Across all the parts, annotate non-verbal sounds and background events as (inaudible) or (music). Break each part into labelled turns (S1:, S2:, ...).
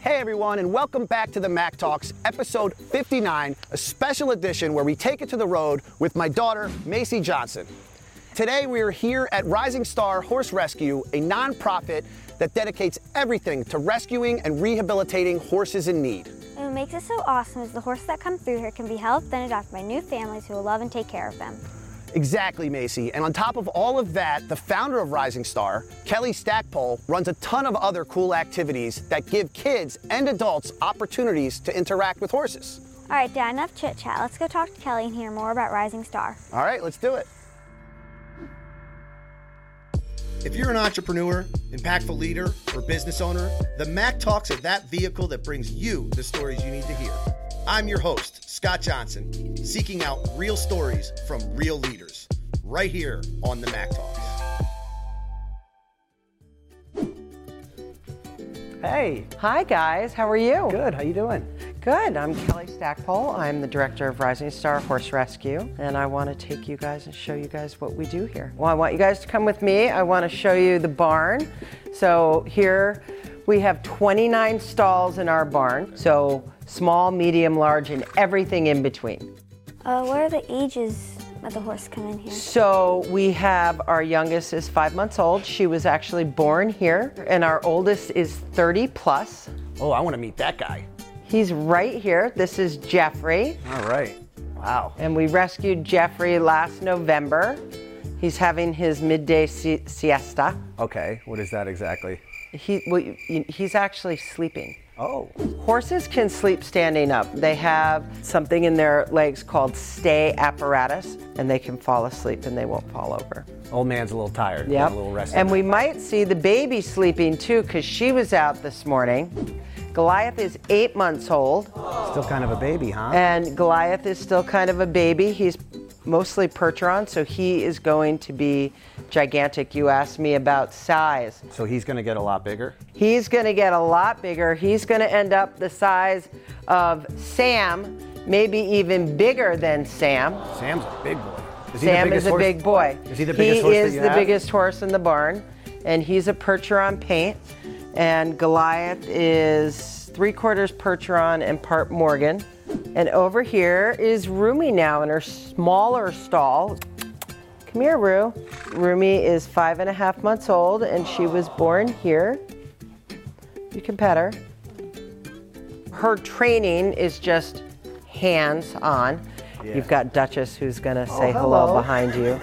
S1: Hey everyone, and welcome back to the Mac Talks, episode 59, a special edition where we take it to the road with my daughter, Macy Johnson. Today we are here at Rising Star Horse Rescue, a nonprofit that dedicates everything to rescuing and rehabilitating horses in need.
S2: And what makes it so awesome is the horses that come through here can be helped and adopted by new families who will love and take care of them.
S1: Exactly, Macy. And on top of all of that, the founder of Rising Star, Kelly Stackpole, runs a ton of other cool activities that give kids and adults opportunities to interact with horses.
S2: All right, Dad, enough chit chat. Let's go talk to Kelly and hear more about Rising Star.
S1: All right, let's do it. If you're an entrepreneur, impactful leader, or business owner, the Mac Talks are that vehicle that brings you the stories you need to hear. I'm your host, Scott Johnson, seeking out real stories from real leaders, right here on the Mac Talks. Hey,
S3: Hi, guys. How are you?
S1: good. How you doing?
S3: Good. I'm Kelly Stackpole. I'm the director of Rising Star Horse Rescue, and I want to take you guys and show you guys what we do here. Well, I want you guys to come with me. I want to show you the barn. So, here we have 29 stalls in our barn. So, small, medium, large, and everything in between.
S2: Uh, what are the ages of the horse come in here?
S3: So we have our youngest is five months old. She was actually born here, and our oldest is 30 plus.
S1: Oh, I want to meet that guy.
S3: He's right here. This is Jeffrey,
S1: All right. Wow.
S3: and we rescued Jeffrey last November. He's having his midday si- siesta.
S1: Okay, what is that exactly?
S3: He, well, you- he's actually sleeping.
S1: Oh.
S3: Horses can sleep standing up. They have something in their legs called stay apparatus, and they can fall asleep and they won't fall over.
S1: Old man's a little tired.
S3: Yep.
S1: A little rested.
S3: And we might see the baby sleeping too, because she was out this morning. Goliath is eight months old,
S1: Still kind of a baby, huh?
S3: and Goliath is still kind of a baby. He's mostly Percheron, so he is going to be gigantic. You asked me about size.
S1: so he's going to get a lot bigger.
S3: He's going to get a lot bigger. He's going to end up the size of Sam, maybe even bigger than Sam.
S1: Sam's a big boy. Is he the
S3: Sam
S1: biggest
S3: is a
S1: horse-
S3: big boy.
S1: Is he the biggest horse that
S3: is
S1: you
S3: the
S1: have?
S3: biggest horse in the barn, and he's a Percheron paint. And Goliath is three quarters Percheron and part Morgan. And over here is Rumi now in her smaller stall. Come here, Rue. Rumi is five and a half months old, and she was born here. You can pet her. Her training is just hands on. You've got Duchess who's gonna say hello.
S1: Oh, hello. (laughs)
S3: behind you.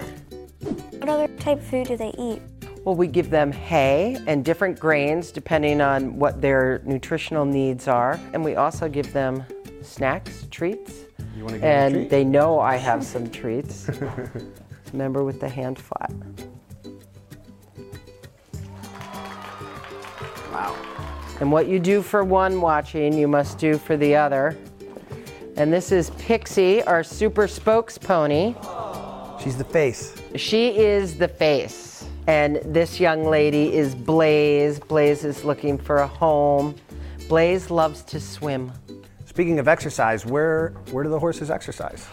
S2: What other type of food do they eat?
S3: Well, we give them hay and different grains depending on what their nutritional needs are. And we also give them snacks, treats.
S1: You wanna give them a
S3: and
S1: treat?
S3: they know I have some treats. (laughs) Remember with the hand flap.
S1: Wow.
S3: And what you do for one watching, you must do for the other. And this is Pixie, our super spokes pony.
S1: She's the face.
S3: She is the face. And this young lady is Blaze. Blaze is looking for a home. Blaze loves to swim.
S1: Speaking of exercise, where where do the horses exercise?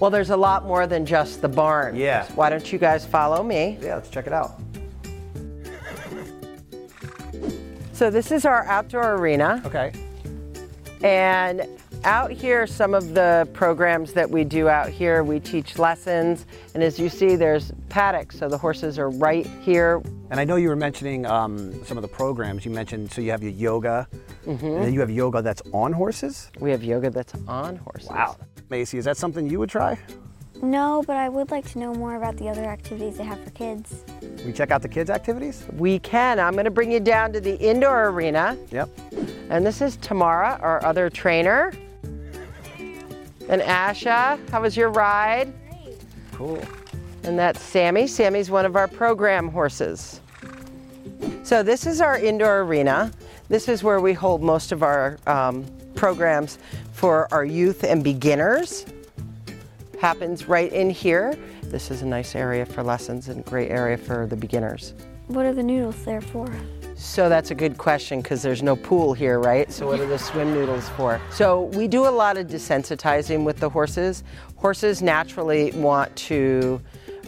S3: Well, there's a lot more than just the barn.
S1: Yeah.
S3: Why don't you guys follow me?
S1: Yeah, let's check it out.
S3: So, this is our outdoor arena.
S1: Okay.
S3: And out here, some of the programs that we do out here, we teach lessons. And as you see, there's paddocks, so the horses are right here.
S1: And I know you were mentioning um, some of the programs. You mentioned so you have your yoga,
S3: Mm-hmm.
S1: and then you have yoga that's on horses.
S3: We have yoga that's on horses.
S1: Macy, is that something you would try?
S2: No, but I would like to know more about the other activities they have for kids.
S1: We check out the kids' activities.
S3: We can. I'm going to bring you down to the indoor arena.
S1: Yep.
S3: And this is Tamara, our other trainer. And Asha, how was your ride?
S1: Cool.
S3: And that's Sammy. Sammy's one of our program horses. So, this is our indoor arena. This is where we hold most of our um, programs for our youth and beginners. Happens right in here. This is a nice area for lessons and great area for the beginners.
S2: What are the noodles there for?
S3: So that's a good question because there's no pool here, right? So what are the swim noodles for? So we do a lot of desensitizing with the horses. Horses naturally want to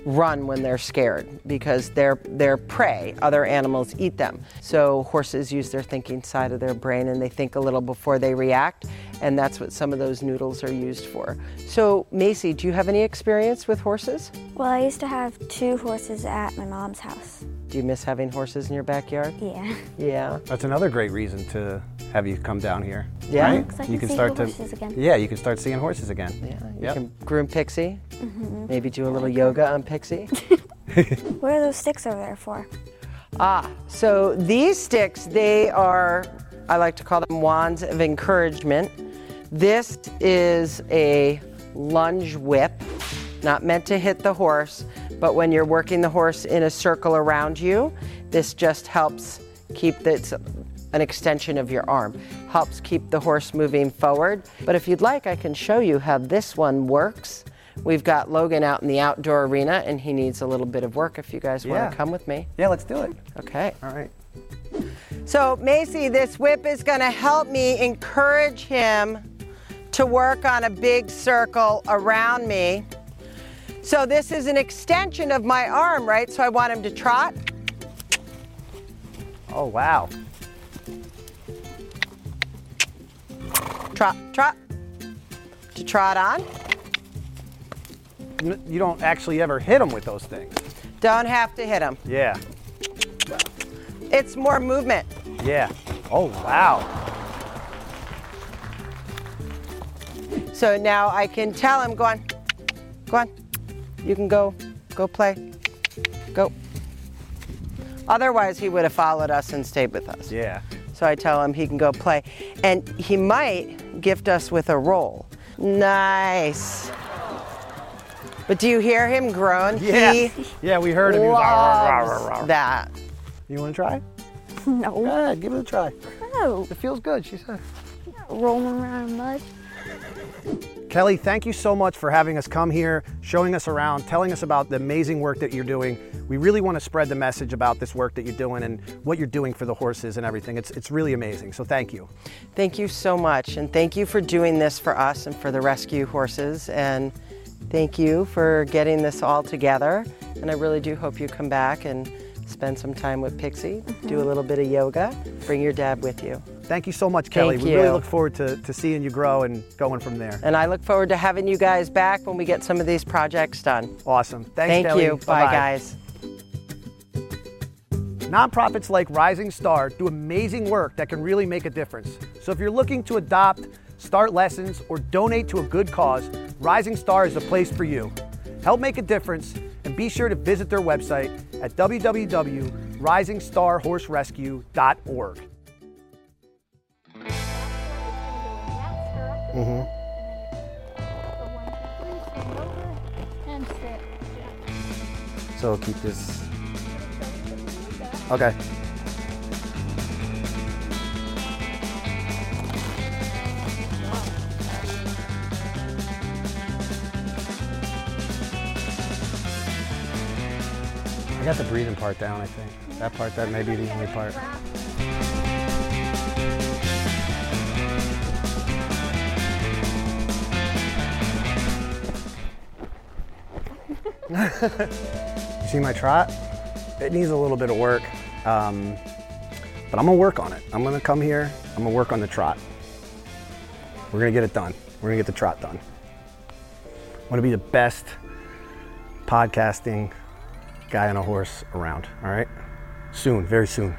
S3: run when they're scared because they're they're prey. Other animals eat them. So horses use their thinking side of their brain and they think a little before they react, and that's what some of those noodles are used for. So Macy, do you have any experience with horses?
S2: Well, I used to have two horses at my mom's house.
S3: Do you miss having horses in your backyard?
S2: Yeah.
S3: Yeah.
S1: That's another great reason to have you come down here.
S3: Yeah.
S1: right?
S2: 'Cause I can see horses again.
S1: Yeah, you can start seeing horses again.
S3: Yeah, you
S1: Yep.
S3: can groom Pixie. Maybe do a little yoga on Pixie.
S2: (laughs) What are those sticks over there for?
S3: ah, so these sticks, they are, I like to call them wands of encouragement. This is a lunge whip, not meant to hit the horse, but when you're working the horse in a circle around you, this just helps keep this an extension of your arm. Helps keep the horse moving forward. But if you'd like, I can show you how this one works. We've got Logan out in the outdoor arena and he needs a little bit of work if you guys want
S1: Yeah.
S3: to come with me.
S1: Yeah, let's do it.
S3: Okay.
S1: All right.
S3: So, Macy, this whip is going to help me encourage him to work on a big circle around me. So, this is an extension of my arm, right? So, I want him to trot.
S1: Oh, wow.
S3: trot, trot, to trot on.
S1: N- You don't actually ever hit them with those things.
S3: Don't have to hit them.
S1: Yeah.
S3: It's more movement.
S1: Yeah. Oh, wow.
S3: So now I can tell him, go on, go on. You can go, go play, go. Otherwise, he would have followed us and stayed with us.
S1: Yeah.
S3: So I tell him he can go play. And he might gift us with a roll. Nice. But do you hear him groan?
S1: Yeah.
S3: He
S1: yeah, we heard him. He was, "Rah, rah, rah, rah, rah."
S3: loves (laughs) that.
S1: You want to
S3: (laughs)
S1: try? Go
S2: No.
S1: ahead, give it a try.
S2: No.
S1: It feels good, she said.
S2: Rolling around in mud.
S1: Kelly, thank you so much for having us come here, showing us around, telling us about the amazing work that you're doing. We really want to spread the message about this work that you're doing and what you're doing for the horses and everything. It's, it's really amazing. So thank you.
S3: Thank you so much. And thank you for doing this for us and for the rescue horses. And thank you for getting this all together. And I really do hope you come back and spend some time with Pixie,
S1: Mm-hmm.
S3: do a little bit of yoga, bring your dad with you.
S1: Thank you so much, Kelly.
S3: Thank
S1: we really
S3: you.
S1: look forward to, to seeing you grow and going from there.
S3: And I look forward to having you guys back when we get some of these projects done.
S1: Awesome. Thanks,
S3: Thank
S1: Kelly.
S3: you. Bye,
S1: Bye-bye.
S3: guys.
S1: Nonprofits like Rising Star do amazing work that can really make a difference. So if you're looking to adopt, start lessons, or donate to a good cause, Rising Star is the place for you. Help make a difference and be sure to visit their website at www.risingstarhorserescue.org.
S4: And sit.
S1: So keep this. Okay. I got the breathing part down, I think. That part, that may be the only part. You see my trot? It needs a little bit of work, um, but I'm gonna work on it. I'm gonna come here, I'm gonna work on the trot. We're gonna get it done. We're gonna get the trot done. I'm gonna be the best podcasting guy on a horse around, all right? Soon, very soon.